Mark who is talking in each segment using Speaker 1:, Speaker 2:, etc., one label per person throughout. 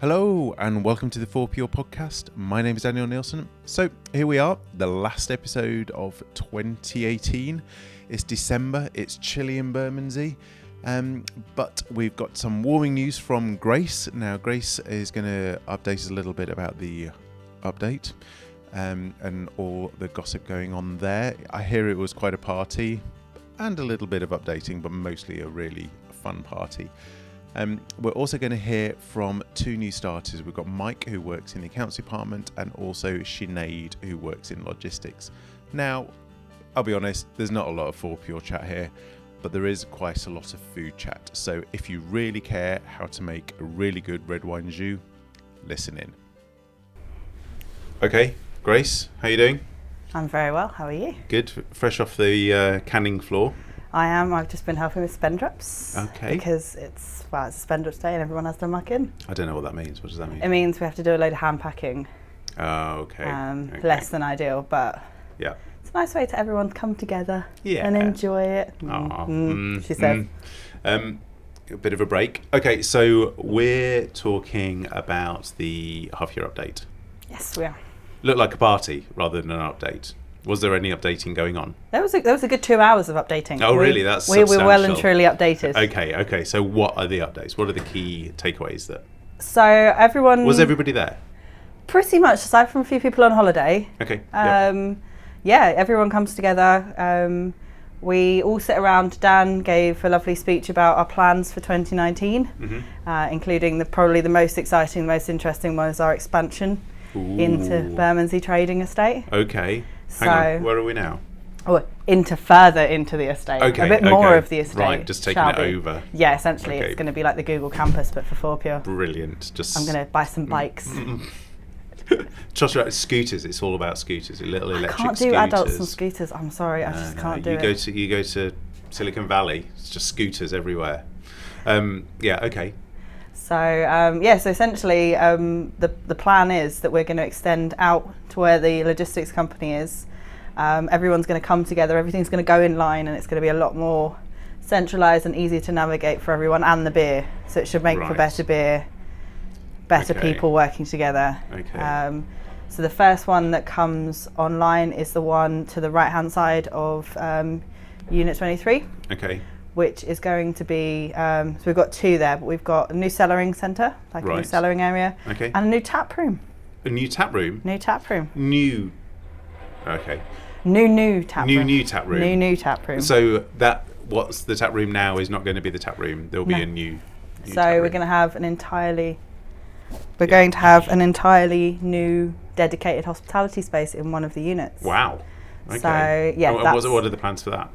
Speaker 1: Hello and welcome to the Four Pure podcast. My name is Daniel Nielsen. So here we are, the last episode of 2018. It's December. It's chilly in Bermondsey, um, but we've got some warming news from Grace. Now Grace is going to update us a little bit about the update um, and all the gossip going on there. I hear it was quite a party and a little bit of updating, but mostly a really fun party. Um, we're also going to hear from two new starters. We've got Mike, who works in the accounts department, and also Sinead, who works in logistics. Now, I'll be honest, there's not a lot of 4 Pure chat here, but there is quite a lot of food chat. So if you really care how to make a really good red wine jus, listen in. Okay, Grace, how you doing?
Speaker 2: I'm very well. How are you?
Speaker 1: Good, fresh off the uh, canning floor.
Speaker 2: I am. I've just been helping with Spendrips.
Speaker 1: Okay.
Speaker 2: Because it's well, it's Spendrips Day and everyone has to muck in.
Speaker 1: I don't know what that means. What does that
Speaker 2: It
Speaker 1: mean?
Speaker 2: means we have to do a load of hand packing.
Speaker 1: Oh, okay.
Speaker 2: Um,
Speaker 1: okay.
Speaker 2: Less than ideal, but
Speaker 1: Yeah.
Speaker 2: it's a nice way to everyone come together
Speaker 1: Yeah.
Speaker 2: and enjoy it.
Speaker 1: Aw,
Speaker 2: Mm,
Speaker 1: mm,
Speaker 2: she said.
Speaker 1: mm. Um, a bit of a break. Okay, so we're talking about the half year update.
Speaker 2: Yes, we are.
Speaker 1: Looked like a party rather than an update. Was there any updating going on?
Speaker 2: That was a, that was a good two hours of updating.
Speaker 1: Oh,
Speaker 2: We-
Speaker 1: really? That's
Speaker 2: we were well and
Speaker 1: substantial.
Speaker 2: truly updated.
Speaker 1: Okay, okay. So what are the updates? What are the key takeaways that
Speaker 2: So everyone
Speaker 1: was everybody there?
Speaker 2: pretty much aside from a few people on holiday.
Speaker 1: Okay. yeah.
Speaker 2: Um, yeah, everyone comes together. Um, we all sit around. Dan gave a lovely speech about our plans for 2019,
Speaker 1: Mhm.
Speaker 2: uh, including the probably the most exciting, most interesting one is our expansion Uh, into
Speaker 1: Ooh.
Speaker 2: Bermondsey Trading Estate,
Speaker 1: Okay. Hang
Speaker 2: So-
Speaker 1: on. Where are we now?
Speaker 2: or Oh, into further into the estate,
Speaker 1: Okay,
Speaker 2: a bit more
Speaker 1: okay.
Speaker 2: of the estate.
Speaker 1: Right, just taking
Speaker 2: shall
Speaker 1: it
Speaker 2: we?
Speaker 1: over.
Speaker 2: Yeah, essentially,
Speaker 1: Okay.
Speaker 2: it's going to be like the Google campus, but for four pure.
Speaker 1: Brilliant. Just
Speaker 2: I'm going to buy some
Speaker 1: Mm.
Speaker 2: bikes.
Speaker 1: Trust me, scooters. It's all about scooters. Little
Speaker 2: I
Speaker 1: electric
Speaker 2: can't do
Speaker 1: scooters.
Speaker 2: adults and scooters. I'm sorry, I just
Speaker 1: No,
Speaker 2: can't
Speaker 1: you
Speaker 2: do
Speaker 1: go
Speaker 2: it.
Speaker 1: to you go to Silicon Valley. It's just scooters everywhere. Um, yeah. Okay.
Speaker 2: So um, yeah, so essentially um, the the plan is that we're going to extend out to where the logistics company is. Um, everyone's going to come together. Everything's going to go in line, and it's going to be a lot more centralised and easy to navigate for everyone and the beer. So it should make for
Speaker 1: Right.
Speaker 2: better beer, better
Speaker 1: Okay.
Speaker 2: people working together.
Speaker 1: Okay.
Speaker 2: Um, so the first one that comes online is the one to the right hand side of um, Unit 23
Speaker 1: Okay.
Speaker 2: which is going to be um, so we've got two there, but we've got a new cellaring centre, like a new
Speaker 1: Right.
Speaker 2: cellaring area,
Speaker 1: Okay.
Speaker 2: and a new tap room.
Speaker 1: a new tap room.
Speaker 2: New tap room.
Speaker 1: New. Okay.
Speaker 2: New new tap
Speaker 1: New
Speaker 2: room.
Speaker 1: new tap room.
Speaker 2: New new tap room. So,
Speaker 1: So that what's the tap room now is not going to be the tap room. There will
Speaker 2: No.
Speaker 1: be a new. new tap
Speaker 2: we're
Speaker 1: room.
Speaker 2: going to have an entirely we're
Speaker 1: Yeah.
Speaker 2: going to have an entirely new dedicated hospitality space in one of the units.
Speaker 1: Wow. Okay.
Speaker 2: So, yeah,
Speaker 1: And what-
Speaker 2: that's-
Speaker 1: what are the plans for that?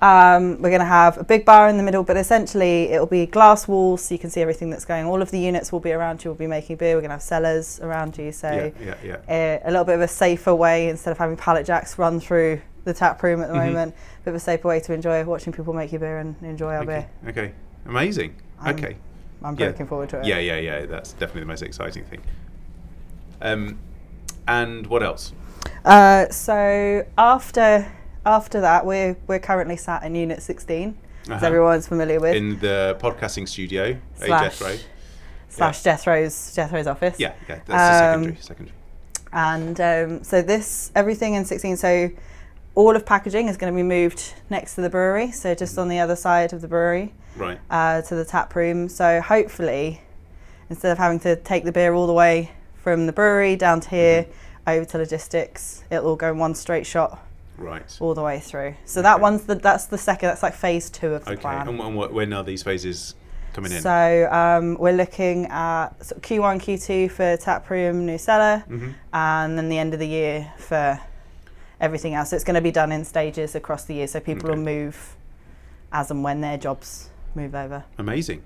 Speaker 2: Um, we're going to have a big bar in the middle, but essentially it'll be glass walls so you can see everything that's going. All of the units will be around you. We'll be making beer. We're going to have cellars around you. So
Speaker 1: Yeah. Yeah. Yeah.
Speaker 2: uh, a little bit of a safer way instead of having pallet jacks run through the tap room at the
Speaker 1: Mm-hmm.
Speaker 2: moment. A bit of a safer way to enjoy watching people make your beer and enjoy our
Speaker 1: okay.
Speaker 2: beer.
Speaker 1: Okay. Amazing.
Speaker 2: I'm-
Speaker 1: okay.
Speaker 2: I'm
Speaker 1: Yeah.
Speaker 2: looking forward to it.
Speaker 1: Yeah, yeah, yeah. That's definitely the most exciting thing. Um, and what else?
Speaker 2: Uh, so after after that, we're we're currently sat in Unit 16, as
Speaker 1: Uh-huh.
Speaker 2: everyone's familiar with.
Speaker 1: In the podcasting studio, a
Speaker 2: Slash-
Speaker 1: Death Row.
Speaker 2: slash Death Row's Death Row's office.
Speaker 1: Yeah, yeah. That's
Speaker 2: Um,
Speaker 1: the secondary. Secondary.
Speaker 2: And um, so this everything in 16. So all of packaging is going to be moved next to the brewery. So
Speaker 1: Mm-hmm.
Speaker 2: just on the other side of the brewery.
Speaker 1: Right.
Speaker 2: uh, to the tap room. So hopefully, instead of having to take the beer all the way from the brewery down to here
Speaker 1: Mm-hmm.
Speaker 2: over to logistics, it'll all go in one straight shot
Speaker 1: Right.
Speaker 2: all the way through. So that
Speaker 1: Okay.
Speaker 2: one's the that's the second. That's like phase two of the
Speaker 1: Okay.
Speaker 2: plan.
Speaker 1: And, wh- and wh- when are these phases coming in?
Speaker 2: So um, we're looking at sort of Q1, Q2 for tap room, new cellar,
Speaker 1: Mhm.
Speaker 2: and then the end of the year for everything else. So it's going to be done in stages across the year. So people
Speaker 1: Okay.
Speaker 2: will move as and when their jobs move over.
Speaker 1: Amazing.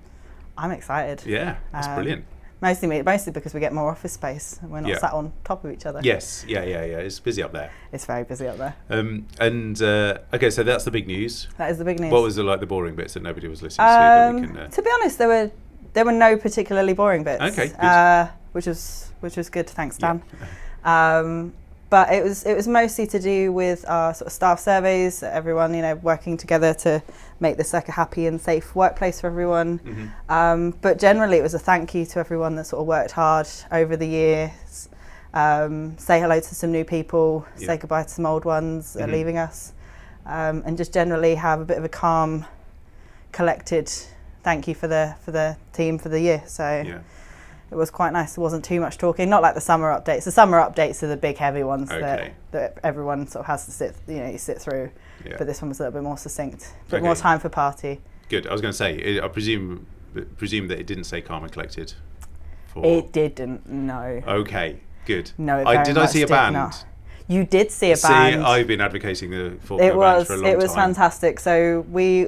Speaker 2: I'm excited.
Speaker 1: Yeah, that's
Speaker 2: Um,
Speaker 1: brilliant.
Speaker 2: Mostly, me- mostly because we get more office space. and We're not
Speaker 1: Yeah.
Speaker 2: sat on top of each other.
Speaker 1: Yes. Yeah, yeah, yeah. It's busy up there.
Speaker 2: It's very busy up there.
Speaker 1: Um, and uh, okay, so that's the big news.
Speaker 2: That is the big news.
Speaker 1: What was the, like the boring bits that nobody was listening to? That we
Speaker 2: um,
Speaker 1: can, uh,
Speaker 2: to be honest, there were there were no particularly boring bits.
Speaker 1: Okay, good.
Speaker 2: Uh, which was which was good. Thanks, Dan. Um, But it was it was mostly to do with our sort of staff surveys, everyone you know working together to make this like a happy and safe workplace for everyone.
Speaker 1: Mm-hmm.
Speaker 2: Um, but generally, it was a thank you to everyone that sort of worked hard over the years. Um, say hello to some new people,
Speaker 1: Yeah.
Speaker 2: say goodbye to some old ones that
Speaker 1: Mhm.
Speaker 2: are leaving us, um, and just generally have a bit of a calm, collected thank you for the for the team for the year. So
Speaker 1: Yeah.
Speaker 2: it was quite nice. There wasn't too much talking. Not like the summer updates. The summer updates are the big heavy ones
Speaker 1: Okay.
Speaker 2: that, that everyone sort of has to sit, you know, you sit through.
Speaker 1: Yeah.
Speaker 2: But this one was a little bit more succinct. But
Speaker 1: Okay.
Speaker 2: more time for party.
Speaker 1: Good. I was going to say, I I presume presume that it didn't say Karma Collected. For...
Speaker 2: It didn't. No.
Speaker 1: Okay. Good.
Speaker 2: No. It
Speaker 1: I,
Speaker 2: very
Speaker 1: did I
Speaker 2: much
Speaker 1: see a
Speaker 2: did
Speaker 1: band?
Speaker 2: not. You did see a band.
Speaker 1: See, I've been advocating the four
Speaker 2: it was.
Speaker 1: for a long
Speaker 2: It was
Speaker 1: time.
Speaker 2: fantastic. So we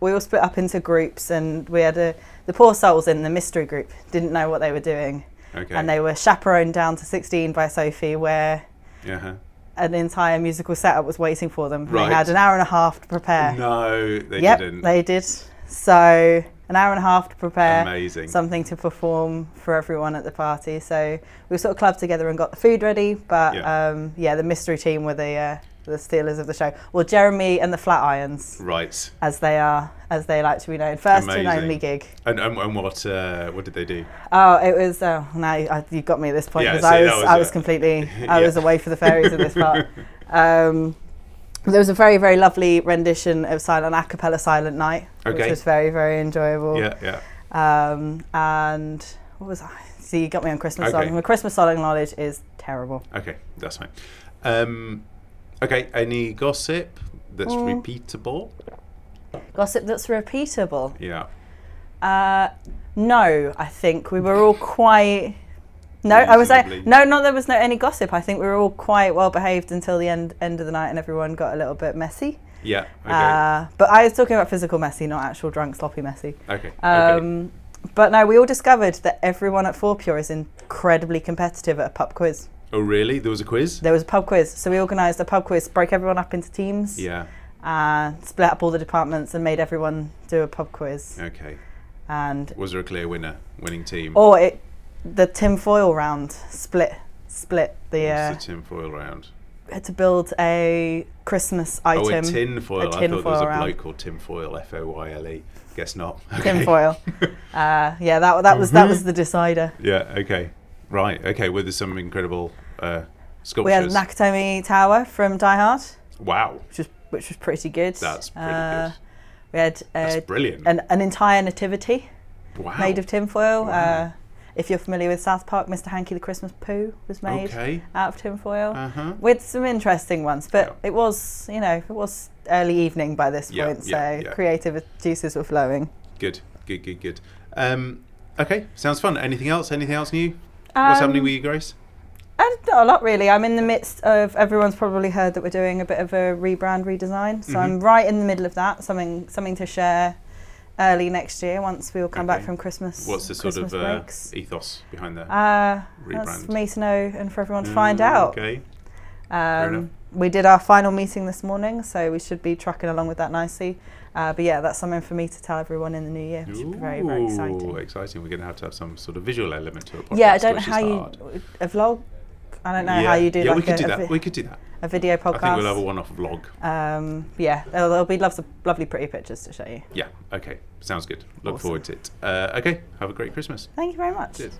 Speaker 2: we all split up into groups, and we had a the poor souls in the mystery group didn't know what they were doing,
Speaker 1: Okay.
Speaker 2: and they were chaperoned down to sixteen by Sophie, where
Speaker 1: uh-huh.
Speaker 2: an entire musical setup was waiting for them.
Speaker 1: Right.
Speaker 2: They had an hour and a half to prepare.
Speaker 1: No, they
Speaker 2: yep,
Speaker 1: didn't.
Speaker 2: they did. So an hour and a half to prepare
Speaker 1: Amazing.
Speaker 2: something to perform for everyone at the party. So we sort of clubbed together and got the food ready. But
Speaker 1: Yeah.
Speaker 2: yeah, um, yeah the mystery team were the uh, the stealers of the show. Well, Jeremy and the Flatirons,
Speaker 1: Right.
Speaker 2: as they are, as they like to be known. First
Speaker 1: Amazing.
Speaker 2: and only gig.
Speaker 1: And, and, and what uh, what did they do?
Speaker 2: Oh, it was. Uh, now you, I- you got me at this point
Speaker 1: Yeah,
Speaker 2: because
Speaker 1: see,
Speaker 2: I
Speaker 1: that
Speaker 2: was,
Speaker 1: was
Speaker 2: I
Speaker 1: it.
Speaker 2: was completely,
Speaker 1: Yeah.
Speaker 2: I was away for the fairies at this part. Um, there was a very, very lovely rendition of silent a cappella Silent Night,
Speaker 1: Okay.
Speaker 2: which was very, very enjoyable.
Speaker 1: Yeah, yeah.
Speaker 2: Um, and what was I? See, you got me on Christmas
Speaker 1: Okay.
Speaker 2: song. My Christmas song knowledge is terrible.
Speaker 1: Okay, that's fine. Um, okay, any gossip that's
Speaker 2: Mm.
Speaker 1: repeatable?
Speaker 2: Gossip that's repeatable.
Speaker 1: Yeah.
Speaker 2: Uh, no, I think we were all quite. No, I was like,
Speaker 1: Reasonably.
Speaker 2: no, not there was no any gossip. I think we were all quite well behaved until the end end of the night, and everyone got a little bit messy.
Speaker 1: Yeah. Okay.
Speaker 2: Uh, but I was talking about physical messy, not actual drunk sloppy messy.
Speaker 1: okay. okay.
Speaker 2: Um, But no, we all discovered that everyone at Four Pure is incredibly competitive at a pub quiz.
Speaker 1: Oh, really? There was a quiz?
Speaker 2: There was a pub quiz, so we organised a pub quiz, broke everyone up into teams,
Speaker 1: yeah.
Speaker 2: uh, split up all the departments, and made everyone do a pub quiz.
Speaker 1: Okay.
Speaker 2: And
Speaker 1: Was there a clear winner? Winning team?
Speaker 2: or it, the tinfoil round split split
Speaker 1: Oh,
Speaker 2: the uh,
Speaker 1: It's a tinfoil round.
Speaker 2: to build a Christmas
Speaker 1: Oh, a
Speaker 2: item.
Speaker 1: tin foil.
Speaker 2: a
Speaker 1: I thought there was a
Speaker 2: tinfoil round.
Speaker 1: bloke called Tim Foyle, F O Y L E. Guess not. Okay.
Speaker 2: Tinfoil. uh, yeah, that that was that was the decider.
Speaker 1: Yeah, okay. Right, okay. Well, there's some incredible uh,
Speaker 2: We had
Speaker 1: sculptures.
Speaker 2: Nakatomi Tower from Die Hard,
Speaker 1: wow,
Speaker 2: which was which was pretty good.
Speaker 1: that's pretty
Speaker 2: Uh,
Speaker 1: good.
Speaker 2: We had
Speaker 1: That's
Speaker 2: uh,
Speaker 1: brilliant.
Speaker 2: an an entire nativity.
Speaker 1: wow.
Speaker 2: made of tinfoil.
Speaker 1: Wow.
Speaker 2: Uh, if you're familiar with South Park, Mr. Hanky the Christmas Pooh was made
Speaker 1: Okay.
Speaker 2: out of tinfoil.
Speaker 1: Uh huh.
Speaker 2: with some interesting ones, but
Speaker 1: Yeah.
Speaker 2: it was, you know, it was early evening by this
Speaker 1: Yeah,
Speaker 2: point,
Speaker 1: yeah,
Speaker 2: so
Speaker 1: yeah.
Speaker 2: creative juices were flowing.
Speaker 1: Good, good, good, good. Um, okay, sounds fun. Anything else? Anything else new? What's happening
Speaker 2: Um,
Speaker 1: with you, Grace?
Speaker 2: And not a lot really. I'm in the midst of everyone's probably heard that we're doing a bit of a rebrand redesign, so
Speaker 1: Mm-hmm.
Speaker 2: I'm right in the middle of that. Something something to share early next year once we all come back
Speaker 1: Okay.
Speaker 2: from Christmas.
Speaker 1: What's the sort
Speaker 2: Christmas
Speaker 1: of uh,
Speaker 2: breaks.
Speaker 1: ethos behind that?
Speaker 2: Uh, that's
Speaker 1: rebrand?
Speaker 2: for me to know and for everyone to
Speaker 1: Uh,
Speaker 2: find out.
Speaker 1: Okay. enough.
Speaker 2: Um, we did our final meeting this morning, so we should be trucking along with that nicely. Uh, but yeah, that's something for me to tell everyone in the new year, which is very, very
Speaker 1: Ooh,
Speaker 2: exciting.
Speaker 1: exciting. We're going to have to have some sort of visual element to a podcast.
Speaker 2: Yeah, I don't know
Speaker 1: which is
Speaker 2: how you
Speaker 1: hard.
Speaker 2: a vlog. I don't know
Speaker 1: yeah.
Speaker 2: how you do
Speaker 1: Yeah, we
Speaker 2: like
Speaker 1: could
Speaker 2: a,
Speaker 1: do
Speaker 2: a
Speaker 1: that.
Speaker 2: vi-
Speaker 1: We could do that.
Speaker 2: a video
Speaker 1: I think we'll have a
Speaker 2: podcast.
Speaker 1: one-off vlog.
Speaker 2: um, yeah, there'll, there'll be lots of lovely, pretty pictures to show you.
Speaker 1: Yeah. Okay. Sounds good. Look
Speaker 2: Awesome.
Speaker 1: forward to it. Uh, okay. Have a great Christmas.
Speaker 2: Thank you very much.
Speaker 1: Cheers.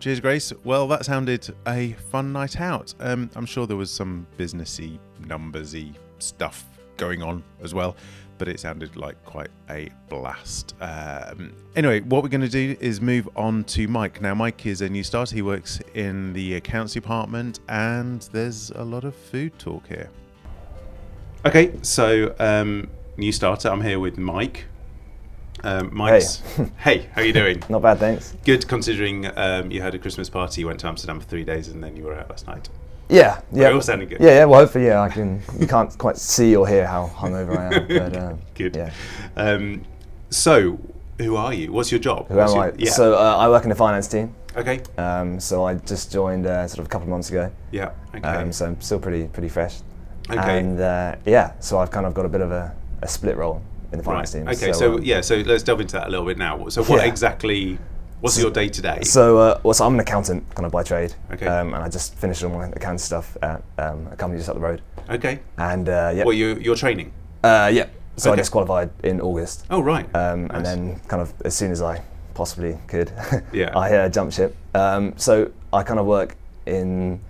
Speaker 3: Cheers, Grace. Well, that sounded a fun night out. Um, I'm sure there was some businessy, numbersy stuff going on as well, but it sounded like quite a blast. Um, anyway, what we're going to do is move on to Mike. Now, Mike is a new starter. He works in the accounts department, and there's a lot of food talk here.
Speaker 1: Okay, so um, new starter. I'm here with Mike. Um, Mike's. Hey. how you doing?
Speaker 4: Not bad, thanks.
Speaker 1: Good, considering um, you had a Christmas party, you went to Amsterdam for three days, and then you were out last night.
Speaker 4: Yeah, yeah.
Speaker 1: all sounding good.
Speaker 4: Yeah, yeah. Well, hopefully, yeah. I can. You can't quite see or hear how hungover I am, but um,
Speaker 1: Good.
Speaker 4: Yeah.
Speaker 1: Um, so, who are you? What's your job?
Speaker 4: Who am I?
Speaker 1: Yeah.
Speaker 4: So uh, I work in the finance team.
Speaker 1: okay.
Speaker 4: Um, so I just joined uh, sort of a couple of months ago.
Speaker 1: Yeah. Okay.
Speaker 4: Um, so I'm still pretty pretty fresh.
Speaker 1: Okay.
Speaker 4: And uh, yeah, so I've kind of got a bit of a, a split role in the
Speaker 1: right.
Speaker 4: finance team.
Speaker 1: Okay. So,
Speaker 4: um,
Speaker 1: yeah. So let's delve into that a little bit now. So what
Speaker 4: Yeah.
Speaker 1: exactly? What's your day to day?
Speaker 4: So, uh, well, so I'm an accountant, kind of by trade.
Speaker 1: Okay.
Speaker 4: Um, and I just finished all my accounting stuff at um, a company just up the road.
Speaker 1: Okay.
Speaker 4: And uh, yeah,
Speaker 1: Well, you you're training.
Speaker 4: uh, yeah. So
Speaker 1: Okay.
Speaker 4: I just qualified in August.
Speaker 1: Oh right.
Speaker 4: Um,
Speaker 1: Nice.
Speaker 4: And then, kind of, as soon as I possibly could,
Speaker 1: Yeah.
Speaker 4: I uh, jumped ship. Um, so I kind of work in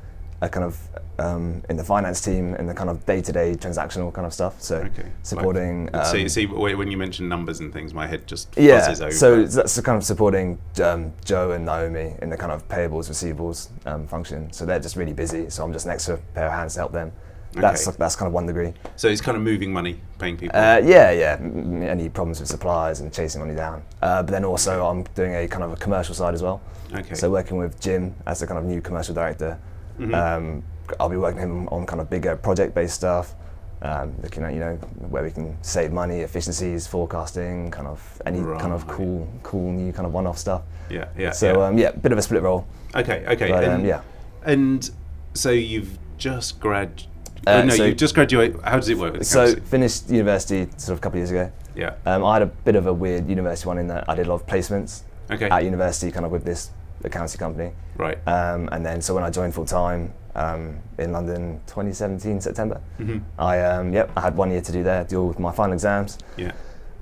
Speaker 4: a kind of um, in the finance team in the kind of day-to-day transactional kind of stuff. So
Speaker 1: Okay.
Speaker 4: supporting.
Speaker 1: Like, see,
Speaker 4: um,
Speaker 1: see, wh- when you mention numbers and things, my head just
Speaker 4: yeah,
Speaker 1: buzzes over.
Speaker 4: so that's the kind of supporting um, Joe and Naomi in the kind of payables, receivables um, function. So they're just really busy. So I'm just an extra pair of hands to help them. That's
Speaker 1: Okay.
Speaker 4: that's kind of one degree.
Speaker 1: So it's kind of moving money, paying people.
Speaker 4: Uh, yeah, yeah. m- m- Any problems with suppliers and chasing money down. Uh, but then also I'm doing a kind of a commercial side as well.
Speaker 1: okay. Mm-hmm.
Speaker 4: So uh, working with Jim as the kind of new commercial director. Um, I'll be working with him on kind of bigger project-based stuff. Um, looking at you know where we can save money, efficiencies, forecasting, kind of any kind of
Speaker 1: Right.
Speaker 4: cool, cool new kind of one-off stuff.
Speaker 1: yeah, yeah.
Speaker 4: So
Speaker 1: yeah.
Speaker 4: um, yeah, bit of a split role.
Speaker 1: okay, okay.
Speaker 4: But,
Speaker 1: and,
Speaker 4: um, yeah.
Speaker 1: And so you've just grad.
Speaker 4: Uh,
Speaker 1: oh, no,
Speaker 4: so-
Speaker 1: you've just graduated. How does it work? With
Speaker 4: So
Speaker 1: so
Speaker 4: finished university sort of a couple of years ago.
Speaker 1: yeah.
Speaker 4: Um, I had a bit of a weird university one in that I did a lot of placements
Speaker 1: Okay.
Speaker 4: at university, kind of with this accounting company.
Speaker 1: right.
Speaker 4: Um, and then so when I joined full time um, in London, 2017 September,
Speaker 1: Mm-hmm.
Speaker 4: I um, yep I had one year to do there, do all my final exams,
Speaker 1: yeah.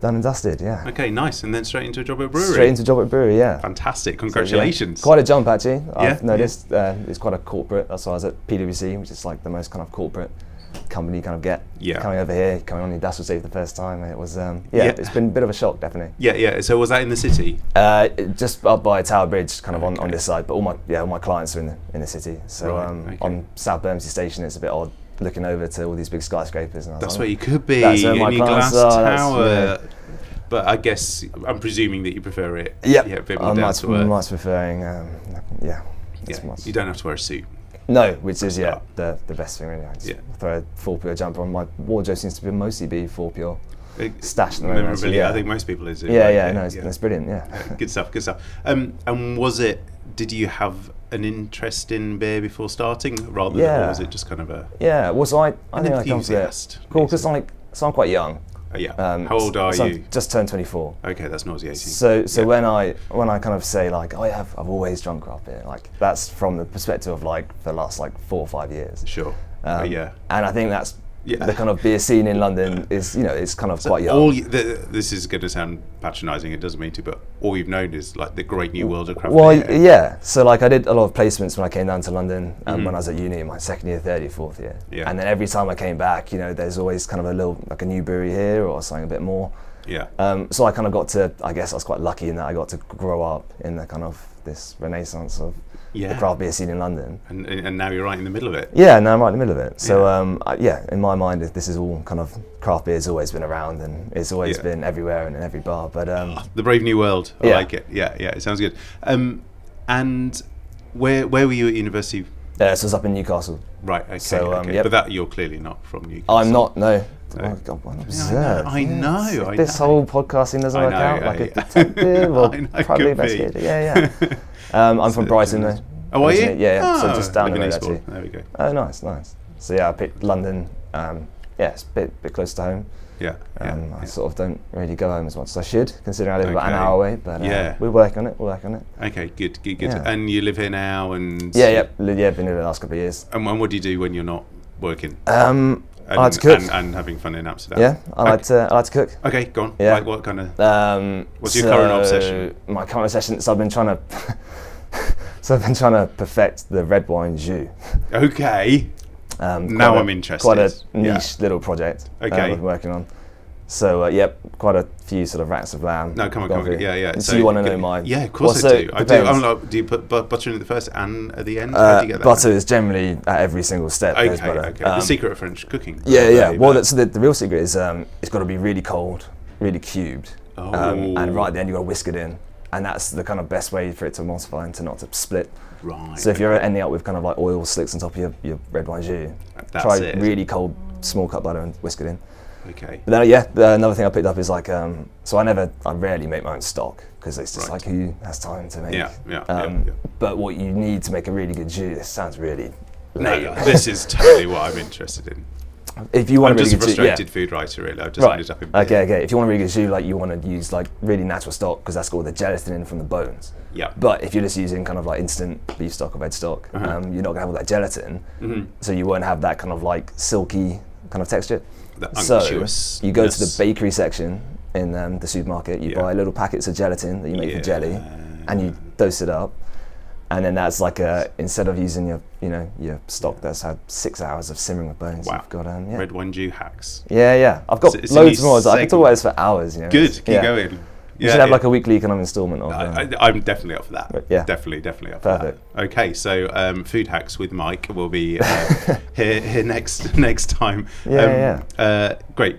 Speaker 4: done and dusted. Yeah.
Speaker 1: Okay. Nice. And then straight into a job at a brewery.
Speaker 4: Straight into a job at a brewery. Yeah.
Speaker 1: Fantastic.
Speaker 4: So, yeah,
Speaker 1: Congratulations.
Speaker 4: Quite a jump actually.
Speaker 1: Yeah,
Speaker 4: I've noticed uh, it's quite a corporate. That's why I was at PwC, which is like the most kind of corporate company you kind of get.
Speaker 1: Yeah.
Speaker 4: Coming over here, coming on the industrial state for the first time, it was um, yeah,
Speaker 1: Yeah.
Speaker 4: it's been a bit of a shock definitely.
Speaker 1: yeah, yeah. So was that in the city?
Speaker 4: Uh, it- just up by Tower Bridge, kind of on, on this side, but all my yeah all my clients are in the in the city. So
Speaker 1: Right,
Speaker 4: um,
Speaker 1: okay.
Speaker 4: on South Bermondsey Station, it's a bit odd looking over to all these big skyscrapers. And I was
Speaker 1: That's
Speaker 4: like,
Speaker 1: where you could be
Speaker 4: Uh, That's where
Speaker 1: in
Speaker 4: my
Speaker 1: your glass
Speaker 4: plans are, that's-
Speaker 1: tower.
Speaker 4: yeah.
Speaker 1: But I guess I'm presuming that you prefer it.
Speaker 4: Yep.
Speaker 1: Yeah, a bit more
Speaker 4: I'm
Speaker 1: down
Speaker 4: Uh, much,
Speaker 1: to earth.
Speaker 4: much preferring um, yeah. that's
Speaker 1: Yeah,
Speaker 4: much-
Speaker 1: You don't have to wear a suit.
Speaker 4: No, which is yeah
Speaker 1: Ah.
Speaker 4: the, the best thing really. I just
Speaker 1: Yeah.
Speaker 4: throw a four pure jumper on. My wardrobe seems to be mostly be four pure.
Speaker 1: Uh,
Speaker 4: Stashed in the moment,
Speaker 1: memorabilia.
Speaker 4: yeah.
Speaker 1: I think most people is.
Speaker 4: Yeah, yeah, no, it's, it's brilliant. Yeah.
Speaker 1: Good stuff. Good stuff. Um, and was it? Did you have an interest in beer before starting, rather than or
Speaker 4: Yeah.
Speaker 1: was it just kind of a?
Speaker 4: yeah. Well, so I, I
Speaker 1: An
Speaker 4: think I come to it.
Speaker 1: enthusiast,
Speaker 4: Cool, because like so I'm quite young.
Speaker 1: Oh, yeah.
Speaker 4: Um,
Speaker 1: How old are
Speaker 4: so I'm
Speaker 1: you?
Speaker 4: Just turned 24.
Speaker 1: Okay, that's noisy. Eighteen.
Speaker 4: So so
Speaker 1: Yeah.
Speaker 4: when I when I kind of say like oh yeah, I've, I've always drunk craft beer, like that's from the perspective of like the last like four or five years.
Speaker 1: Sure.
Speaker 4: Um,
Speaker 1: Uh, yeah.
Speaker 4: And I think that's
Speaker 1: Yeah.
Speaker 4: the kind of beer scene in London is you know it's kind of quite young.
Speaker 1: All y the, this is going to sound patronising. It doesn't mean to, but all you've known is like the great new world of craft
Speaker 4: Well,
Speaker 1: beer.
Speaker 4: y- yeah. So like I did a lot of placements when I came down to London um, when I was at uni, my second year, third year, fourth year.
Speaker 1: Mm-hmm. Yeah.
Speaker 4: And then every time I came back, you know, there's always kind of a little like a new brewery here or something a bit more.
Speaker 1: yeah.
Speaker 4: Um, so I kind of got to, I guess I was quite lucky in that I got to grow up in the kind of this renaissance of
Speaker 1: Yeah.
Speaker 4: the craft beer scene in London.
Speaker 1: And, and and now you're right in the middle of it.
Speaker 4: Yeah, no, I'm right in the middle of it. So
Speaker 1: Yeah.
Speaker 4: yeah, um, I, yeah in my mind, this is all kind of craft beer's always been around and it's always
Speaker 1: Yeah.
Speaker 4: been everywhere and in every bar. But um,
Speaker 1: The Brave New World. I
Speaker 4: Yeah.
Speaker 1: like it. Yeah, yeah, it sounds good. Um, and where where were you at university?
Speaker 4: uh, so I was up in Newcastle.
Speaker 1: Right. Okay.
Speaker 4: So, um,
Speaker 1: okay.
Speaker 4: yep.
Speaker 1: But that you're clearly not from Newcastle.
Speaker 4: I'm not. No.
Speaker 1: No.
Speaker 4: Oh, God, what
Speaker 1: Yeah,
Speaker 4: observed.
Speaker 1: I know, I
Speaker 4: Yes.
Speaker 1: know, I
Speaker 4: this
Speaker 1: know.
Speaker 4: whole podcasting doesn't
Speaker 1: I
Speaker 4: work
Speaker 1: know,
Speaker 4: out
Speaker 1: I-
Speaker 4: like a detective or
Speaker 1: I know, could be.
Speaker 4: private investigator. Yeah, yeah. Um, I'm from Brighton though.
Speaker 1: Oh, are you?
Speaker 4: originally. Yeah, yeah.
Speaker 1: Ah,
Speaker 4: so just down the
Speaker 1: living in
Speaker 4: road
Speaker 1: Eastbourne.
Speaker 4: actually.
Speaker 1: There we go.
Speaker 4: Oh, nice, nice. So yeah, I picked London. Um, yeah, it's a bit, bit close to home.
Speaker 1: Yeah. yeah,
Speaker 4: Um, I
Speaker 1: yeah.
Speaker 4: sort of don't really go home as much as I should, considering I live about an
Speaker 1: Okay.
Speaker 4: hour away. But uh,
Speaker 1: Yeah.
Speaker 4: we're working on it. We're working on it.
Speaker 1: Okay. Good. Good. Good.
Speaker 4: Yeah.
Speaker 1: And you live here now, and
Speaker 4: Yeah, yeah, li- yeah. Been here the last couple of years.
Speaker 1: And, and what do you do when you're not working?
Speaker 4: Um,
Speaker 1: And,
Speaker 4: I like to cook.
Speaker 1: And, and having fun in Amsterdam.
Speaker 4: yeah, I like
Speaker 1: okay.
Speaker 4: to. I like to cook.
Speaker 1: Okay, go on.
Speaker 4: Yeah.
Speaker 1: Like what kind of?
Speaker 4: Um,
Speaker 1: What's your current obsession?
Speaker 4: My current obsession. So I've been trying to. so I've been trying to perfect the red wine jus.
Speaker 1: Okay.
Speaker 4: Um, quite
Speaker 1: Now
Speaker 4: a-
Speaker 1: I'm interested.
Speaker 4: Quite a niche
Speaker 1: Yeah.
Speaker 4: little project uh,
Speaker 1: Okay.
Speaker 4: that I'm working on. So uh, yep, quite a few sort of racks of lamb.
Speaker 1: No, come on, come
Speaker 4: gone
Speaker 1: on.
Speaker 4: through.
Speaker 1: Yeah, yeah.
Speaker 4: So, you want to
Speaker 1: g-
Speaker 4: know my?
Speaker 1: Yeah, of course
Speaker 4: well,
Speaker 1: I
Speaker 4: so
Speaker 1: do. I do.
Speaker 4: depends.
Speaker 1: I'm like, do you put bu- butter in at the first and at the end? How
Speaker 4: Uh,
Speaker 1: do you get that?
Speaker 4: butter is generally at every single step.
Speaker 1: Okay,
Speaker 4: there's butter.
Speaker 1: okay. the
Speaker 4: Um,
Speaker 1: secret of French cooking.
Speaker 4: Yeah,
Speaker 1: Really,
Speaker 4: yeah. Well,
Speaker 1: but-
Speaker 4: that's, the, the real secret is um, it's got to be really cold, really cubed, um,
Speaker 1: Oh.
Speaker 4: and right at the end you got to whisk it in, and that's the kind of best way for it to emulsify and to not to split.
Speaker 1: right.
Speaker 4: So if you're ending up with kind of like oil slicks on top of your, your red wine jus,
Speaker 1: That's
Speaker 4: try
Speaker 1: it.
Speaker 4: really cold small cup butter and whisk it in.
Speaker 1: okay.
Speaker 4: But then, yeah, the, another thing I picked up is like, um, so I never, I rarely make my own stock because it's just
Speaker 1: Right.
Speaker 4: like who has time to make.
Speaker 1: Yeah, yeah, yeah,
Speaker 4: um,
Speaker 1: yeah.
Speaker 4: But what you need to make a really good jus, this sounds really
Speaker 1: No,
Speaker 4: lame.
Speaker 1: no, this is totally what I'm interested in.
Speaker 4: if you want
Speaker 1: I'm
Speaker 4: to
Speaker 1: just
Speaker 4: really
Speaker 1: a
Speaker 4: get to-
Speaker 1: frustrated
Speaker 4: yeah.
Speaker 1: food writer, really. I've just
Speaker 4: Right.
Speaker 1: ended up in beer.
Speaker 4: Okay, okay. If you want to really get to, like, you want to use like really natural stock because that's got all the gelatin in from the bones.
Speaker 1: Yeah.
Speaker 4: But if you're just using kind of like instant beef stock or veg stock,
Speaker 1: Uh-huh.
Speaker 4: um, you're not gonna have all that gelatin,
Speaker 1: Mm-hmm.
Speaker 4: so you won't have that kind of like silky kind of texture.
Speaker 1: The
Speaker 4: So
Speaker 1: unctuousness.
Speaker 4: you go to the bakery section in um, the supermarket. You
Speaker 1: Yeah.
Speaker 4: buy little packets of gelatin that you make
Speaker 1: Yeah.
Speaker 4: for jelly, and you dose it up. And then that's like a instead of using your you know your stock that's had six hours of simmering with bones.
Speaker 1: Wow.
Speaker 4: You've got um, yeah.
Speaker 1: Red wine Jew hacks.
Speaker 4: Yeah, yeah. I've got
Speaker 1: It's- it's a
Speaker 4: loads
Speaker 1: new
Speaker 4: more. so I could talk
Speaker 1: segment.
Speaker 4: about this for hours. You know.
Speaker 1: Good.
Speaker 4: It's-
Speaker 1: Keep
Speaker 4: yeah.
Speaker 1: going.
Speaker 4: We should have like a weekly economic installment of. um,
Speaker 1: I, I, I'm definitely up for that.
Speaker 4: yeah.
Speaker 1: definitely, definitely up
Speaker 4: Perfect.
Speaker 1: for that. Okay, so um, food hacks with Mike will be uh, here, here next next time.
Speaker 4: Yeah, yeah.
Speaker 1: Uh, great.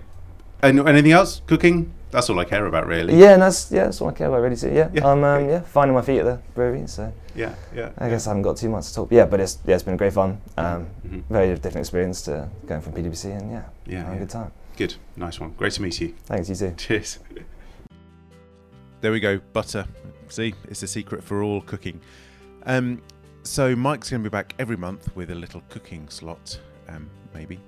Speaker 1: And anything else? Cooking? That's all I care about, really.
Speaker 4: yeah, and that's yeah, that's all I care about really. Too. Yeah,
Speaker 1: Yeah,
Speaker 4: I'm um,
Speaker 1: great.
Speaker 4: yeah finding my feet at the brewery, so
Speaker 1: yeah, yeah.
Speaker 4: I guess I haven't got too much to talk. Yeah, but it's yeah, it's been great fun. Um, Very different experience to going from PwC, and yeah,
Speaker 1: Mm-hmm. Yeah,
Speaker 4: having
Speaker 1: yeah.
Speaker 4: a good time.
Speaker 1: Good, nice one. Great to meet you.
Speaker 4: Thanks, you too.
Speaker 1: Cheers.
Speaker 5: There we go, butter. See, it's a secret for all cooking. Um, so Mike's going to be back every month with a little cooking slot, um, maybe.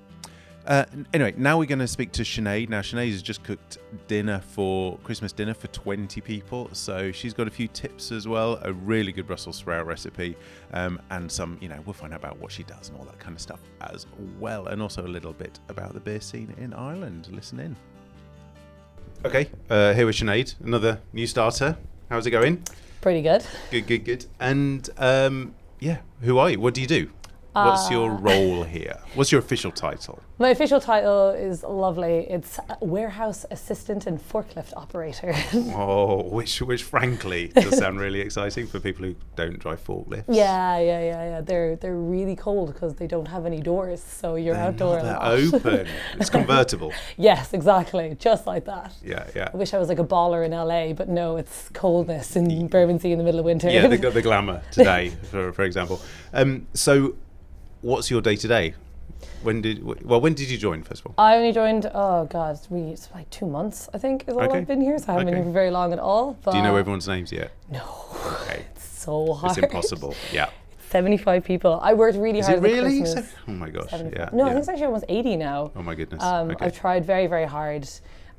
Speaker 5: Uh, n- anyway, now we're going to speak to Sinead. Now, Sinead has just cooked dinner for Christmas dinner for 20 people, so she's got a few tips as well. A really good Brussels sprout recipe, um, and some, you know, we'll find out about what she does and all that kind of stuff as well, and also a little bit about the beer scene in Ireland. Listen in.
Speaker 1: Okay, uh, here with Sinead, another new starter. How's it going?
Speaker 6: Pretty good.
Speaker 1: Good, good, good. And um, yeah, who are you? What do you do?
Speaker 6: Uh.
Speaker 1: What's your role here? What's your official title?
Speaker 6: My official title is lovely. It's warehouse assistant and forklift operator.
Speaker 1: Oh, which which frankly does sound really exciting for people who don't drive forklifts.
Speaker 6: yeah, yeah, yeah, yeah. They're they're really cold because they don't have any doors, so you're outdoor. a
Speaker 1: Oh, They're
Speaker 6: lot.
Speaker 1: open. It's convertible.
Speaker 6: yes, exactly. Just like that.
Speaker 1: Yeah, yeah.
Speaker 6: I wish I was like a baller in LA, but no, it's coldness in Bermondsey in the middle of winter.
Speaker 1: Yeah, they got the glamour today, for for example. Um, so, what's your day to day? When did wh- well? When did you join? First of all,
Speaker 6: I only joined. Oh God, it's really- it's like two months. I think is all
Speaker 1: Okay.
Speaker 6: I've been here, so I haven't
Speaker 1: Okay.
Speaker 6: been here for very long at all. But
Speaker 1: do you know everyone's names yet?
Speaker 6: Uh. No,
Speaker 1: Okay,
Speaker 6: it's so hard.
Speaker 1: it's impossible. Yeah,
Speaker 6: 75 people. I worked really
Speaker 1: is
Speaker 6: hard.
Speaker 1: it
Speaker 6: at the
Speaker 1: really?
Speaker 6: Christmas.
Speaker 1: So- oh my gosh.
Speaker 6: Seven-
Speaker 1: Yeah.
Speaker 6: no, I
Speaker 1: yeah.
Speaker 6: think it's actually almost 80 now.
Speaker 1: Oh my goodness.
Speaker 6: Um,
Speaker 1: okay.
Speaker 6: I've tried very, very hard.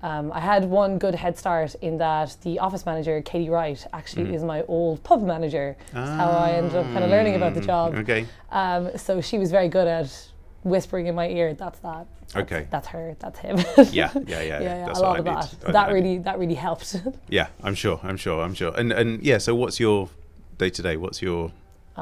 Speaker 6: Um, I had one good head start in that the office manager, Katie Wright, actually
Speaker 1: Mm.
Speaker 6: is my old pub manager. That's how I ended up kind of learning about the job.
Speaker 1: Ah, Okay.
Speaker 6: Um, so she was very good at whispering in my ear, that's that. That's,
Speaker 1: Okay.
Speaker 6: That's her. That's him.
Speaker 1: Yeah, yeah, yeah. yeah,
Speaker 6: yeah,
Speaker 1: That's
Speaker 6: a lot
Speaker 1: what
Speaker 6: of
Speaker 1: I need.
Speaker 6: that.
Speaker 1: I-
Speaker 6: that
Speaker 1: I-
Speaker 6: really, that really helped.
Speaker 1: Yeah, I'm sure. I'm sure. I'm sure. And and yeah. So, what's your day to day? What's your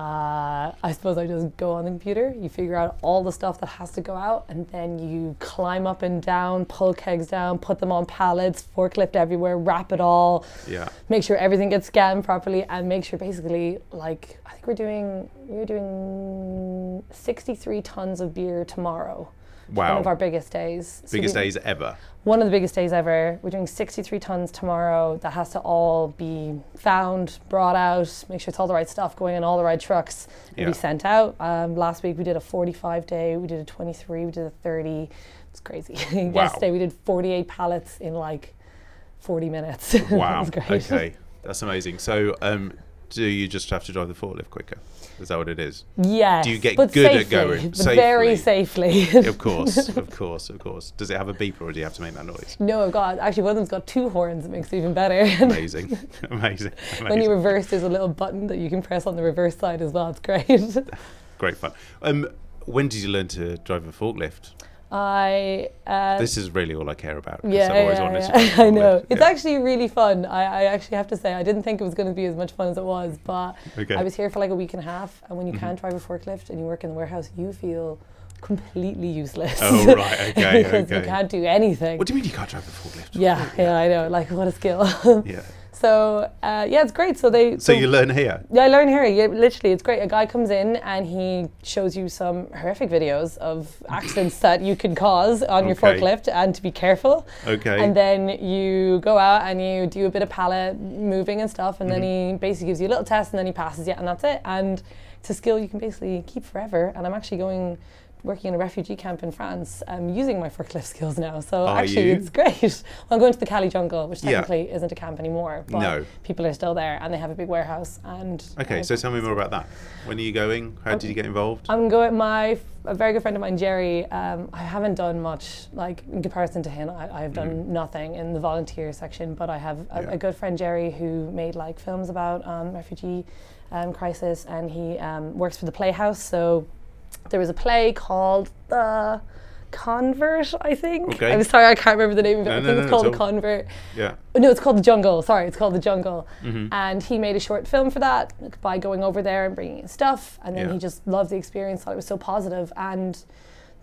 Speaker 6: Uh, I suppose I just go on the computer, you figure out all the stuff that has to go out, and then you climb up and down, pull kegs down, put them on pallets, forklift everywhere, wrap it all,
Speaker 1: yeah?
Speaker 6: make sure everything gets scanned properly, and make sure basically, like, I think we're doing, we're doing 63 tons of beer tomorrow. One
Speaker 1: Wow.
Speaker 6: of our biggest days. So
Speaker 1: biggest
Speaker 6: we-
Speaker 1: days ever.
Speaker 6: one of the biggest days ever. We're doing 63 tons tomorrow. That has to all be found, brought out, make sure it's all the right stuff going in all the right trucks and
Speaker 1: Yeah.
Speaker 6: be sent out. Um, last week we did a 45 day, we did a 23, we did a 30. It's crazy. Yesterday we did 48 pallets in like 40 minutes. It
Speaker 1: Wow.
Speaker 6: was great.
Speaker 1: okay, that's amazing. So, um, do you just have to drive the forklift quicker? Is that what it is?
Speaker 6: Yes.
Speaker 1: Do you get
Speaker 6: but
Speaker 1: good at
Speaker 6: safely,
Speaker 1: going?
Speaker 6: But very safely.
Speaker 1: Of course, of course, of course. Does it have a beeper, or do you have to make that noise?
Speaker 6: no, I've got actually one of them's got two horns. It makes it even better.
Speaker 1: Amazing, amazing, amazing.
Speaker 6: when you reverse, there's a little button that you can press on the reverse side as well. It's great.
Speaker 1: Great fun. Um, when did you learn to drive a forklift?
Speaker 6: I uh,
Speaker 1: This is really all I care about. 'cause
Speaker 6: yeah,
Speaker 1: I've always
Speaker 6: yeah,
Speaker 1: wanted to
Speaker 6: yeah.
Speaker 1: drive a
Speaker 6: I know
Speaker 1: forklift.
Speaker 6: it's
Speaker 1: Yeah.
Speaker 6: actually really fun. I, I actually have to say I didn't think it was going to be as much fun as it was, but
Speaker 1: Okay. Mm-hmm.
Speaker 6: I was here for like a week and a half, and when you can't drive a forklift and you work in the warehouse, you feel completely useless.
Speaker 1: Oh, right, okay,
Speaker 6: because you
Speaker 1: okay.
Speaker 6: can't do anything.
Speaker 1: What do you mean you can't drive a forklift?
Speaker 6: yeah, yeah, I know. Like what a skill.
Speaker 1: Yeah.
Speaker 6: so uh, yeah, it's great. So they
Speaker 1: So you learn here.
Speaker 6: yeah, I learn here. Yeah, literally, it's great. A guy comes in and he shows you some horrific videos of accidents that you can cause on your
Speaker 1: Okay. Oh,
Speaker 6: forklift and to be careful.
Speaker 1: Okay.
Speaker 6: And then you go out and you do a bit of pallet moving and stuff, and
Speaker 1: Mm-hmm.
Speaker 6: then he basically gives you a little test and then he passes you, and that's it. And it's a skill you can basically keep forever. And I'm actually going working in a refugee camp in France, um, using my forklift skills now. So
Speaker 1: Are
Speaker 6: actually,
Speaker 1: you?
Speaker 6: it's great. Well, I'm going to the Cali jungle, which
Speaker 1: Yeah.
Speaker 6: technically isn't a camp anymore, but
Speaker 1: No.
Speaker 6: people are still there, and they have a big warehouse. And
Speaker 1: Okay,
Speaker 6: uh,
Speaker 1: so tell me more about that. When are you going? How did you get involved?
Speaker 6: I'm going. My a very good friend of mine, Jerry. Um, I haven't done much, like in comparison to him. I, I've done nothing in the volunteer section, but I have a,
Speaker 1: Mm-hmm. Yeah.
Speaker 6: a good friend, Jerry, who made like films about um, refugee um, crisis, and he um, works for the Playhouse. So there was a play called The Convert, I think.
Speaker 1: Okay.
Speaker 6: I'm sorry, I can't remember the name of it.
Speaker 1: No,
Speaker 6: I
Speaker 1: no,
Speaker 6: think
Speaker 1: no,
Speaker 6: it's
Speaker 1: no,
Speaker 6: called
Speaker 1: it's
Speaker 6: The
Speaker 1: all-
Speaker 6: Convert.
Speaker 1: Yeah.
Speaker 6: No, it's called The Jungle. Sorry, it's called The Jungle.
Speaker 1: Mm-hmm.
Speaker 6: And he made a short film for that by going over there and bringing in stuff. And then
Speaker 1: Yeah.
Speaker 6: he just loved the experience, thought it was so positive. And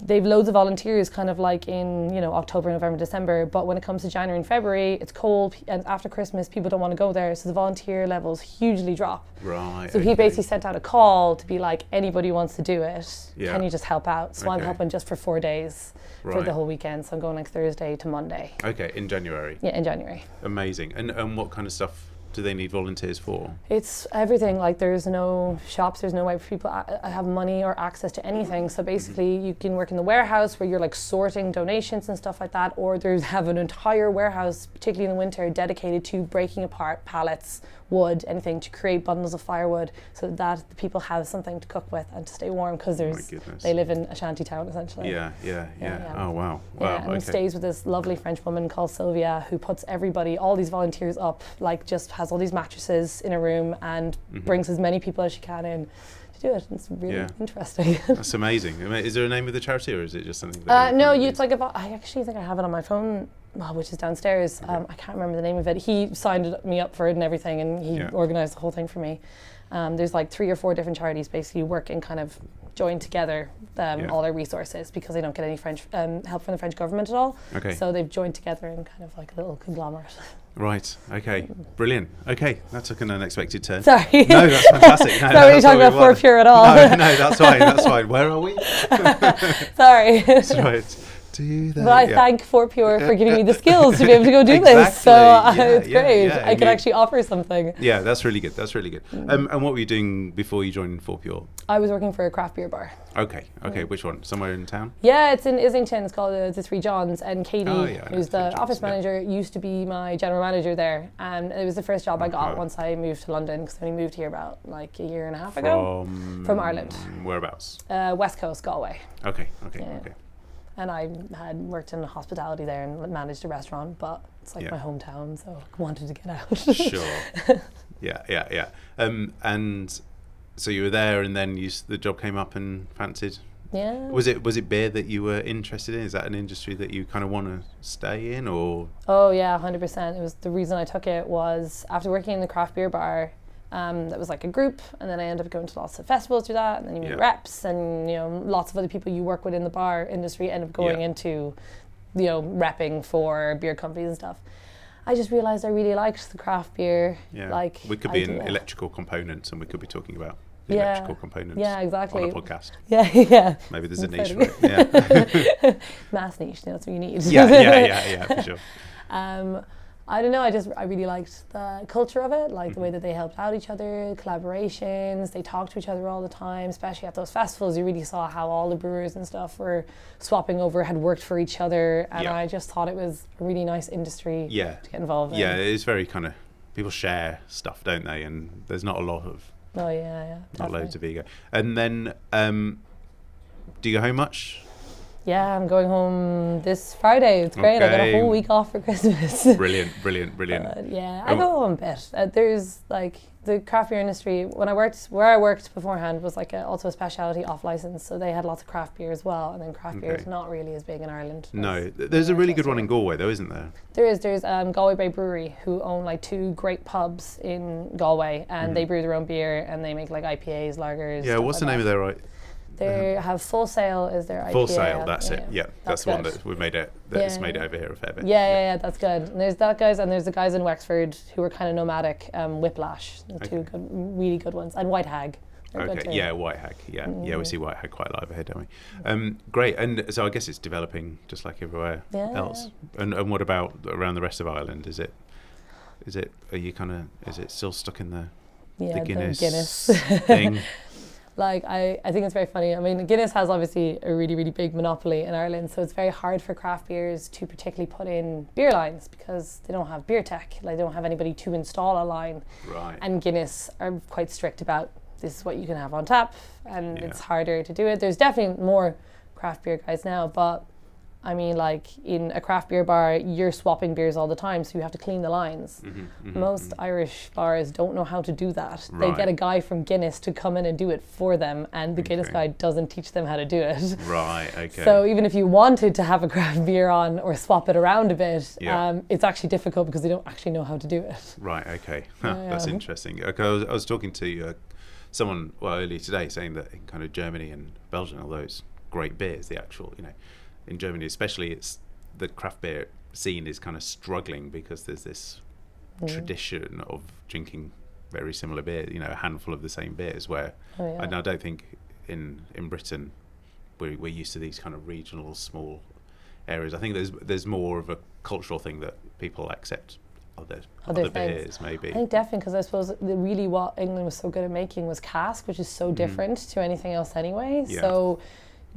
Speaker 6: they've loads of volunteers kind of like in, you know, October, November, December. But when it comes to January and February, it's cold. And after Christmas, people don't want to go there. So the volunteer levels hugely drop.
Speaker 1: Right.
Speaker 6: So he
Speaker 1: okay.
Speaker 6: basically sent out a call to be like, anybody who wants to do it,
Speaker 1: Yeah.
Speaker 6: can you just help out? So I'm
Speaker 1: Okay.
Speaker 6: helping just for four days for
Speaker 1: Right.
Speaker 6: the whole weekend. So I'm going like Thursday to Monday.
Speaker 1: Okay, in January.
Speaker 6: Yeah, in January.
Speaker 1: Amazing. And and what kind of stuff do they need volunteers for?
Speaker 6: It's everything. Like there's no shops, there's no way for people to a- have money or access to anything. So
Speaker 1: Mm-hmm.
Speaker 6: basically, you can work in the warehouse where you're like sorting donations and stuff like that, or there's have an entire warehouse, particularly in the winter, dedicated to breaking apart pallets, wood, anything to create bundles of firewood, so that the people have something to cook with and to stay warm because there's
Speaker 1: goodness.
Speaker 6: they live in a shanty town essentially.
Speaker 1: Yeah, yeah, yeah.
Speaker 6: yeah.
Speaker 1: Oh wow.
Speaker 6: Yeah,
Speaker 1: Wow.
Speaker 6: and
Speaker 1: okay.
Speaker 6: he stays with this lovely French woman called Sylvia, who puts everybody, all these volunteers up, like just has all these mattresses in a room and brings as many people as she can in to do it. It's really
Speaker 1: Mm-hmm. Yeah.
Speaker 6: interesting.
Speaker 1: That's amazing. I mean, Is there a name of the charity or is it just something? That
Speaker 6: uh,
Speaker 1: you-
Speaker 6: no,
Speaker 1: you-
Speaker 6: you, it's like about, I actually think I have it on my phone, oh, which is downstairs. Um, I can't remember the name of it. He signed it- me up for it and everything, and he
Speaker 1: Yeah.
Speaker 6: organized the whole thing for me. Um, there's like three or four different charities basically working kind of joined together um,
Speaker 1: Yeah.
Speaker 6: all their resources because they don't get any French um, help from the French government at all.
Speaker 1: Okay.
Speaker 6: So they've joined together in kind of like a little conglomerate.
Speaker 1: Right. Okay. Brilliant. Okay, that took an unexpected turn.
Speaker 6: Sorry.
Speaker 1: No, that's fantastic. No,
Speaker 6: Sorry, we're
Speaker 1: that's
Speaker 6: talking
Speaker 1: what
Speaker 6: about
Speaker 1: we
Speaker 6: four
Speaker 1: want.
Speaker 6: pure at all.
Speaker 1: No, no, that's fine. That's fine. Where are we?
Speaker 6: Sorry.
Speaker 1: That's right. Do that.
Speaker 6: But I
Speaker 1: yeah.
Speaker 6: thank Fort Pure for giving me the skills to be able to go do this. So
Speaker 1: Exactly.
Speaker 6: uh,
Speaker 1: Yeah,
Speaker 6: it's
Speaker 1: yeah,
Speaker 6: great.
Speaker 1: yeah,
Speaker 6: I
Speaker 1: and
Speaker 6: can
Speaker 1: you-
Speaker 6: actually offer something.
Speaker 1: Yeah, that's really good. That's really good.
Speaker 6: Mm.
Speaker 1: Um, and what were you doing before you joined Four Pure?
Speaker 6: I was working for a craft beer bar.
Speaker 1: Okay,
Speaker 6: Mm.
Speaker 1: okay. Which one? Somewhere in town?
Speaker 6: Yeah, it's in Islington. It's called uh, the Three Johns. And Katie,
Speaker 1: Oh, yeah, I know
Speaker 6: who's
Speaker 1: Three
Speaker 6: the
Speaker 1: Johns,
Speaker 6: office
Speaker 1: yeah.
Speaker 6: manager, used to be my general manager there. And it was the first job I got
Speaker 1: Okay.
Speaker 6: once I moved to London because I only moved here about like a year and a half ago
Speaker 1: From
Speaker 6: from Ireland,
Speaker 1: Whereabouts?
Speaker 6: uh, West Coast, Galway.
Speaker 1: Okay, okay,
Speaker 6: Yeah.
Speaker 1: okay.
Speaker 6: And I had worked in hospitality there and managed a restaurant, but it's like
Speaker 1: Yeah.
Speaker 6: my hometown, so I wanted to get out.
Speaker 1: Sure. yeah, yeah, yeah. Um, and so you were there, and then you s- the job came up and fancied.
Speaker 6: yeah.
Speaker 1: Was it was it beer that you were interested in? Is that an industry that you kind of want to stay in, or
Speaker 6: Oh yeah, hundred percent. It was the reason I took it was after working in the craft beer bar. Um, that was like a group, and then I ended up going to lots of festivals through that, and then you meet
Speaker 1: Yeah.
Speaker 6: reps, and you know lots of other people you work with in the bar industry end up going
Speaker 1: Yeah.
Speaker 6: into, you know, repping for beer companies and stuff. I just realized I really liked the craft beer.
Speaker 1: yeah,
Speaker 6: like
Speaker 1: we could be in
Speaker 6: idea.
Speaker 1: electrical components, and we could be talking about the
Speaker 6: Yeah.
Speaker 1: electrical components.
Speaker 6: Yeah, exactly.
Speaker 1: On a podcast,
Speaker 6: Yeah, yeah.
Speaker 1: maybe there's a
Speaker 6: That's
Speaker 1: niche for it. Yeah,
Speaker 6: Mass niche. That's what you need.
Speaker 1: yeah, yeah, yeah, yeah, for sure.
Speaker 6: um, I don't know. I just I really liked the culture of it, like the
Speaker 1: Mm-hmm.
Speaker 6: way that they helped out each other, collaborations. They talked to each other all the time, especially at those festivals. You really saw how all the brewers and stuff were swapping over, had worked for each other, and
Speaker 1: Yeah.
Speaker 6: I just thought it was a really nice industry
Speaker 1: Yeah,
Speaker 6: to get involved in.
Speaker 1: yeah. It's very kind of people share stuff, don't they? And there's not a lot of
Speaker 6: Oh yeah, yeah.
Speaker 1: not
Speaker 6: definitely.
Speaker 1: loads of ego. And then, um, do you go home much?
Speaker 6: Yeah, I'm going home this Friday. It's great. I got a
Speaker 1: Okay.
Speaker 6: whole week off for Christmas.
Speaker 1: Brilliant, brilliant, brilliant.
Speaker 6: But Uh, yeah, I
Speaker 1: Oh.
Speaker 6: go home a bit. Uh, there's like the craft beer industry. When I worked, where I worked beforehand was like a, also a specialty off license, so they had lots of craft beer as well. And then craft beer is
Speaker 1: Okay.
Speaker 6: not really as big in Ireland.
Speaker 1: no,
Speaker 6: as-
Speaker 1: th- there's a
Speaker 6: Yeah,
Speaker 1: really
Speaker 6: that's
Speaker 1: good one in
Speaker 6: right.
Speaker 1: Galway, though, isn't there?
Speaker 6: there is. There's um, Galway Bay Brewery who own like two great pubs in Galway, and they brew their own beer and they make like IPAs, lagers.
Speaker 1: Mm-hmm. Yeah.
Speaker 6: stuff
Speaker 1: What's the
Speaker 6: like
Speaker 1: name of
Speaker 6: that.
Speaker 1: their right?
Speaker 6: They have Full Sail is their IPA.
Speaker 1: Full Sail. That's it. Yeah, that's, the one
Speaker 6: good.
Speaker 1: that we made it. That's
Speaker 6: Yeah,
Speaker 1: made
Speaker 6: yeah.
Speaker 1: it over here a fair bit.
Speaker 6: Yeah, yeah, yeah, that's good. And there's that guys, and there's the guys in Wexford who are kind of nomadic. Um, Whiplash, the two
Speaker 1: Okay.
Speaker 6: good, really good ones, and White Hag. they're good
Speaker 1: Okay.
Speaker 6: too.
Speaker 1: Yeah, White Hag. Yeah, yeah. We see White Hag quite a lot over here, don't we? Um, great. And so I guess it's developing just like everywhere
Speaker 6: Yeah.
Speaker 1: else. And and what about around the rest of Ireland? Is it? Is it? Are you kind of? Is it still stuck in the
Speaker 6: yeah,
Speaker 1: the Guinness,
Speaker 6: Guinness.
Speaker 1: thing?
Speaker 6: Like I, I think it's very funny. I mean, Guinness has obviously a really, really big monopoly in Ireland, so it's very hard for craft beers to particularly put in beer lines because they don't have beer tech. Like they don't have anybody to install a line.
Speaker 1: Right.
Speaker 6: And Guinness are quite strict about this is what you can have on tap, and
Speaker 1: Yeah.
Speaker 6: it's harder to do it. There's definitely more craft beer guys now, but I mean, like in a craft beer bar, you're swapping beers all the time, so you have to clean the lines.
Speaker 1: Mm-hmm,
Speaker 6: Most Irish bars don't know how to do that. They
Speaker 1: Right.
Speaker 6: get a guy from Guinness to come in and do it for them, and the Guinness
Speaker 1: Okay.
Speaker 6: guy doesn't teach them how to do it.
Speaker 1: Right. Okay.
Speaker 6: So even if you wanted to have a craft beer on or swap it around a bit,
Speaker 1: Yeah.
Speaker 6: um, it's actually difficult because they don't actually know how to do it.
Speaker 1: Right. Okay. Huh,
Speaker 6: Yeah.
Speaker 1: That's interesting. Okay, I was, I was talking to uh, someone well earlier today saying that in kind of Germany and Belgium, although it's great beers, the actual you know, in Germany especially, it's the craft beer scene is kind of struggling because there's this tradition of drinking very similar beer, you know, a handful of the same beers. Where
Speaker 6: Oh, yeah.
Speaker 1: and I don't think in in Britain we're, we're used to these kind of regional small areas. I think there's there's more of a cultural thing that people accept other
Speaker 6: Other
Speaker 1: other,
Speaker 6: things.
Speaker 1: beers maybe.
Speaker 6: I think definitely because I suppose the really what England was so good at making was cask, which is so different to anything else anyway.
Speaker 1: Mm. Yeah.
Speaker 6: So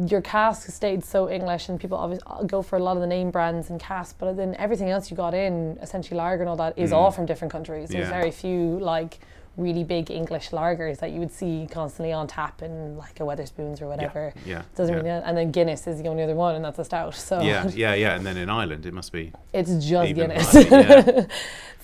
Speaker 6: your cask stayed so English, and people obviously go for a lot of the name brands and cask, but then everything else you got in, essentially lager and all that, is all from different countries. There's
Speaker 1: Mm. Yeah.
Speaker 6: very few like really big English lagers that you would see constantly on tap in like a Weatherspoons or whatever.
Speaker 1: yeah,
Speaker 6: Doesn't
Speaker 1: yeah.
Speaker 6: really. And then Guinness is the only other one, and that's a stout. So
Speaker 1: yeah, yeah, yeah. And then in Ireland, it must be
Speaker 6: it's just
Speaker 1: even
Speaker 6: Guinness.
Speaker 1: harder. Yeah,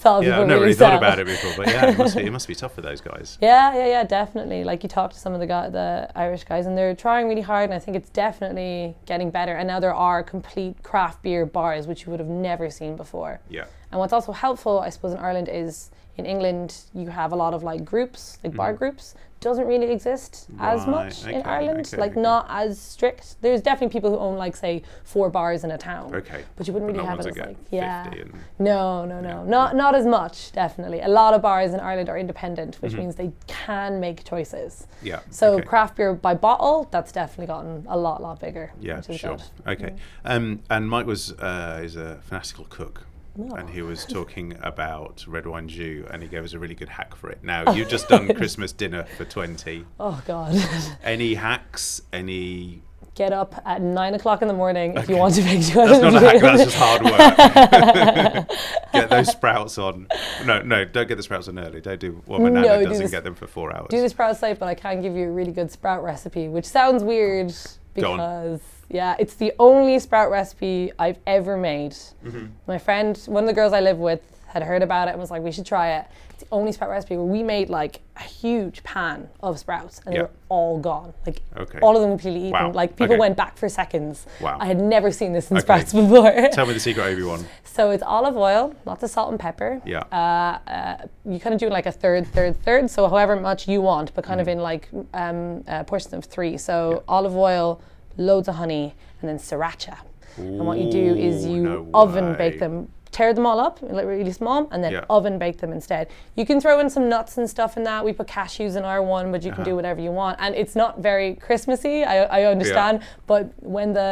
Speaker 6: That's all
Speaker 1: yeah
Speaker 6: people
Speaker 1: I've never
Speaker 6: really
Speaker 1: really thought
Speaker 6: sell.
Speaker 1: about it before, but yeah, it must be it must be tough for those guys.
Speaker 6: Yeah, yeah, yeah, definitely. Like you talk to some of the guy, the Irish guys, and they're trying really hard, and I think it's definitely getting better. And now there are complete craft beer bars, which you would have never seen before.
Speaker 1: Yeah,
Speaker 6: And what's also helpful, I suppose, in Ireland is in England you have a lot of like groups, like bar groups. Doesn't really exist as
Speaker 1: Mm-hmm. Right,
Speaker 6: much in
Speaker 1: okay,
Speaker 6: Ireland.
Speaker 1: okay,
Speaker 6: like
Speaker 1: okay.
Speaker 6: not as strict. There's definitely people who own like say four bars in a town.
Speaker 1: Okay.
Speaker 6: But you wouldn't
Speaker 1: But
Speaker 6: really
Speaker 1: not
Speaker 6: have
Speaker 1: ones
Speaker 6: it
Speaker 1: that
Speaker 6: as
Speaker 1: get
Speaker 6: like yeah.
Speaker 1: 50 and-
Speaker 6: No, no, no. Not not as much, definitely. A lot of bars in Ireland are independent, which means they can make choices.
Speaker 1: yeah.
Speaker 6: So
Speaker 1: Mm-hmm. okay.
Speaker 6: craft beer by bottle, that's definitely gotten a lot, lot bigger.
Speaker 1: Yeah,
Speaker 6: which is
Speaker 1: sure.
Speaker 6: good.
Speaker 1: Okay. Um, and Mike was uh, is a fanatical cook.
Speaker 6: Oh.
Speaker 1: And he was talking about red wine jus, and he gave us a really good hack for it. Now you've just done Christmas dinner for twenty.
Speaker 6: Oh god.
Speaker 1: Any hacks? Any?
Speaker 6: get up at nine o'clock in the morning if you want to make sure
Speaker 1: That's not a hack. That's just hard work. get those sprouts on. No, no, don't get the sprouts on early. Don't do what my nana
Speaker 6: No, do
Speaker 1: does and
Speaker 6: this-
Speaker 1: get them for four hours.
Speaker 6: do the sprout site, but I can give you a really good sprout recipe, which sounds weird
Speaker 1: Go on.
Speaker 6: because yeah, it's the only sprout recipe I've ever made.
Speaker 1: Mm-hmm.
Speaker 6: My friend, one of the girls I live with, had heard about it and was like, "We should try it." It's the only sprout recipe where we made like a huge pan of sprouts, and they
Speaker 1: Yeah.
Speaker 6: were all gone, like
Speaker 1: Okay.
Speaker 6: all of them completely eaten.
Speaker 1: Wow.
Speaker 6: Like people
Speaker 1: Okay.
Speaker 6: went back for seconds.
Speaker 1: Wow.
Speaker 6: I had never seen this in
Speaker 1: Okay.
Speaker 6: sprouts before.
Speaker 1: Tell me the secret, Obi Wan.
Speaker 6: So it's olive oil, lots of salt and pepper.
Speaker 1: Yeah.
Speaker 6: Uh, uh, you kind of do like a third, third, third. So however much you want, but kind
Speaker 1: Mm-hmm.
Speaker 6: of in like um, uh, portions of three. So olive oil, loads of honey, and then sriracha. and what you do is
Speaker 1: Ooh,
Speaker 6: you
Speaker 1: no
Speaker 6: oven bake
Speaker 1: way.
Speaker 6: them. Tear them all up, like really small, and then
Speaker 1: Yeah.
Speaker 6: oven bake them instead. You can throw in some nuts and stuff in that. We put cashews in our one, but you can
Speaker 1: Uh-huh.
Speaker 6: do whatever you want. And it's not very Christmassy. I, I understand, but when the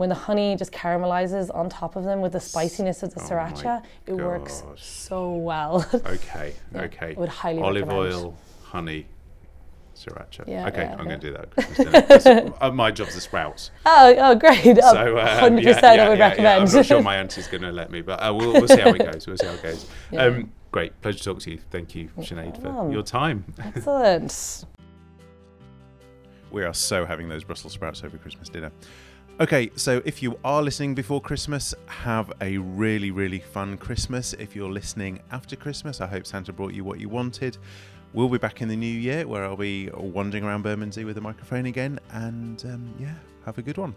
Speaker 6: when the honey just caramelizes on top of them with the spiciness of the
Speaker 1: Oh my
Speaker 6: sriracha, it works
Speaker 1: gosh.
Speaker 6: so well.
Speaker 1: Okay, okay.
Speaker 6: I would highly
Speaker 1: Olive
Speaker 6: recommend.
Speaker 1: oil, honey, sriracha.
Speaker 6: Yeah,
Speaker 1: okay,
Speaker 6: yeah,
Speaker 1: I'm
Speaker 6: yeah.
Speaker 1: going to do that. at Christmas dinner. 'Cause, uh, my job's the sprouts.
Speaker 6: oh, oh, great! Oh,
Speaker 1: So, um, yeah,
Speaker 6: 100%
Speaker 1: yeah,
Speaker 6: I would
Speaker 1: yeah, yeah.
Speaker 6: recommend.
Speaker 1: I'm not sure my auntie's going to let me, but uh, we'll, we'll see how it goes. We'll see how it goes. Um, great. Pleasure to talk to you. Thank you, Sinead, for
Speaker 6: problem.
Speaker 1: your time.
Speaker 6: Excellent.
Speaker 5: We are so having those Brussels sprouts over Christmas dinner. Okay, so if you are listening before Christmas, have a really, really fun Christmas. If you're listening after Christmas, I hope Santa brought you what you wanted. We'll be back in the new year where I'll be wandering around Bermondsey with a microphone again. And um, yeah, have a good one.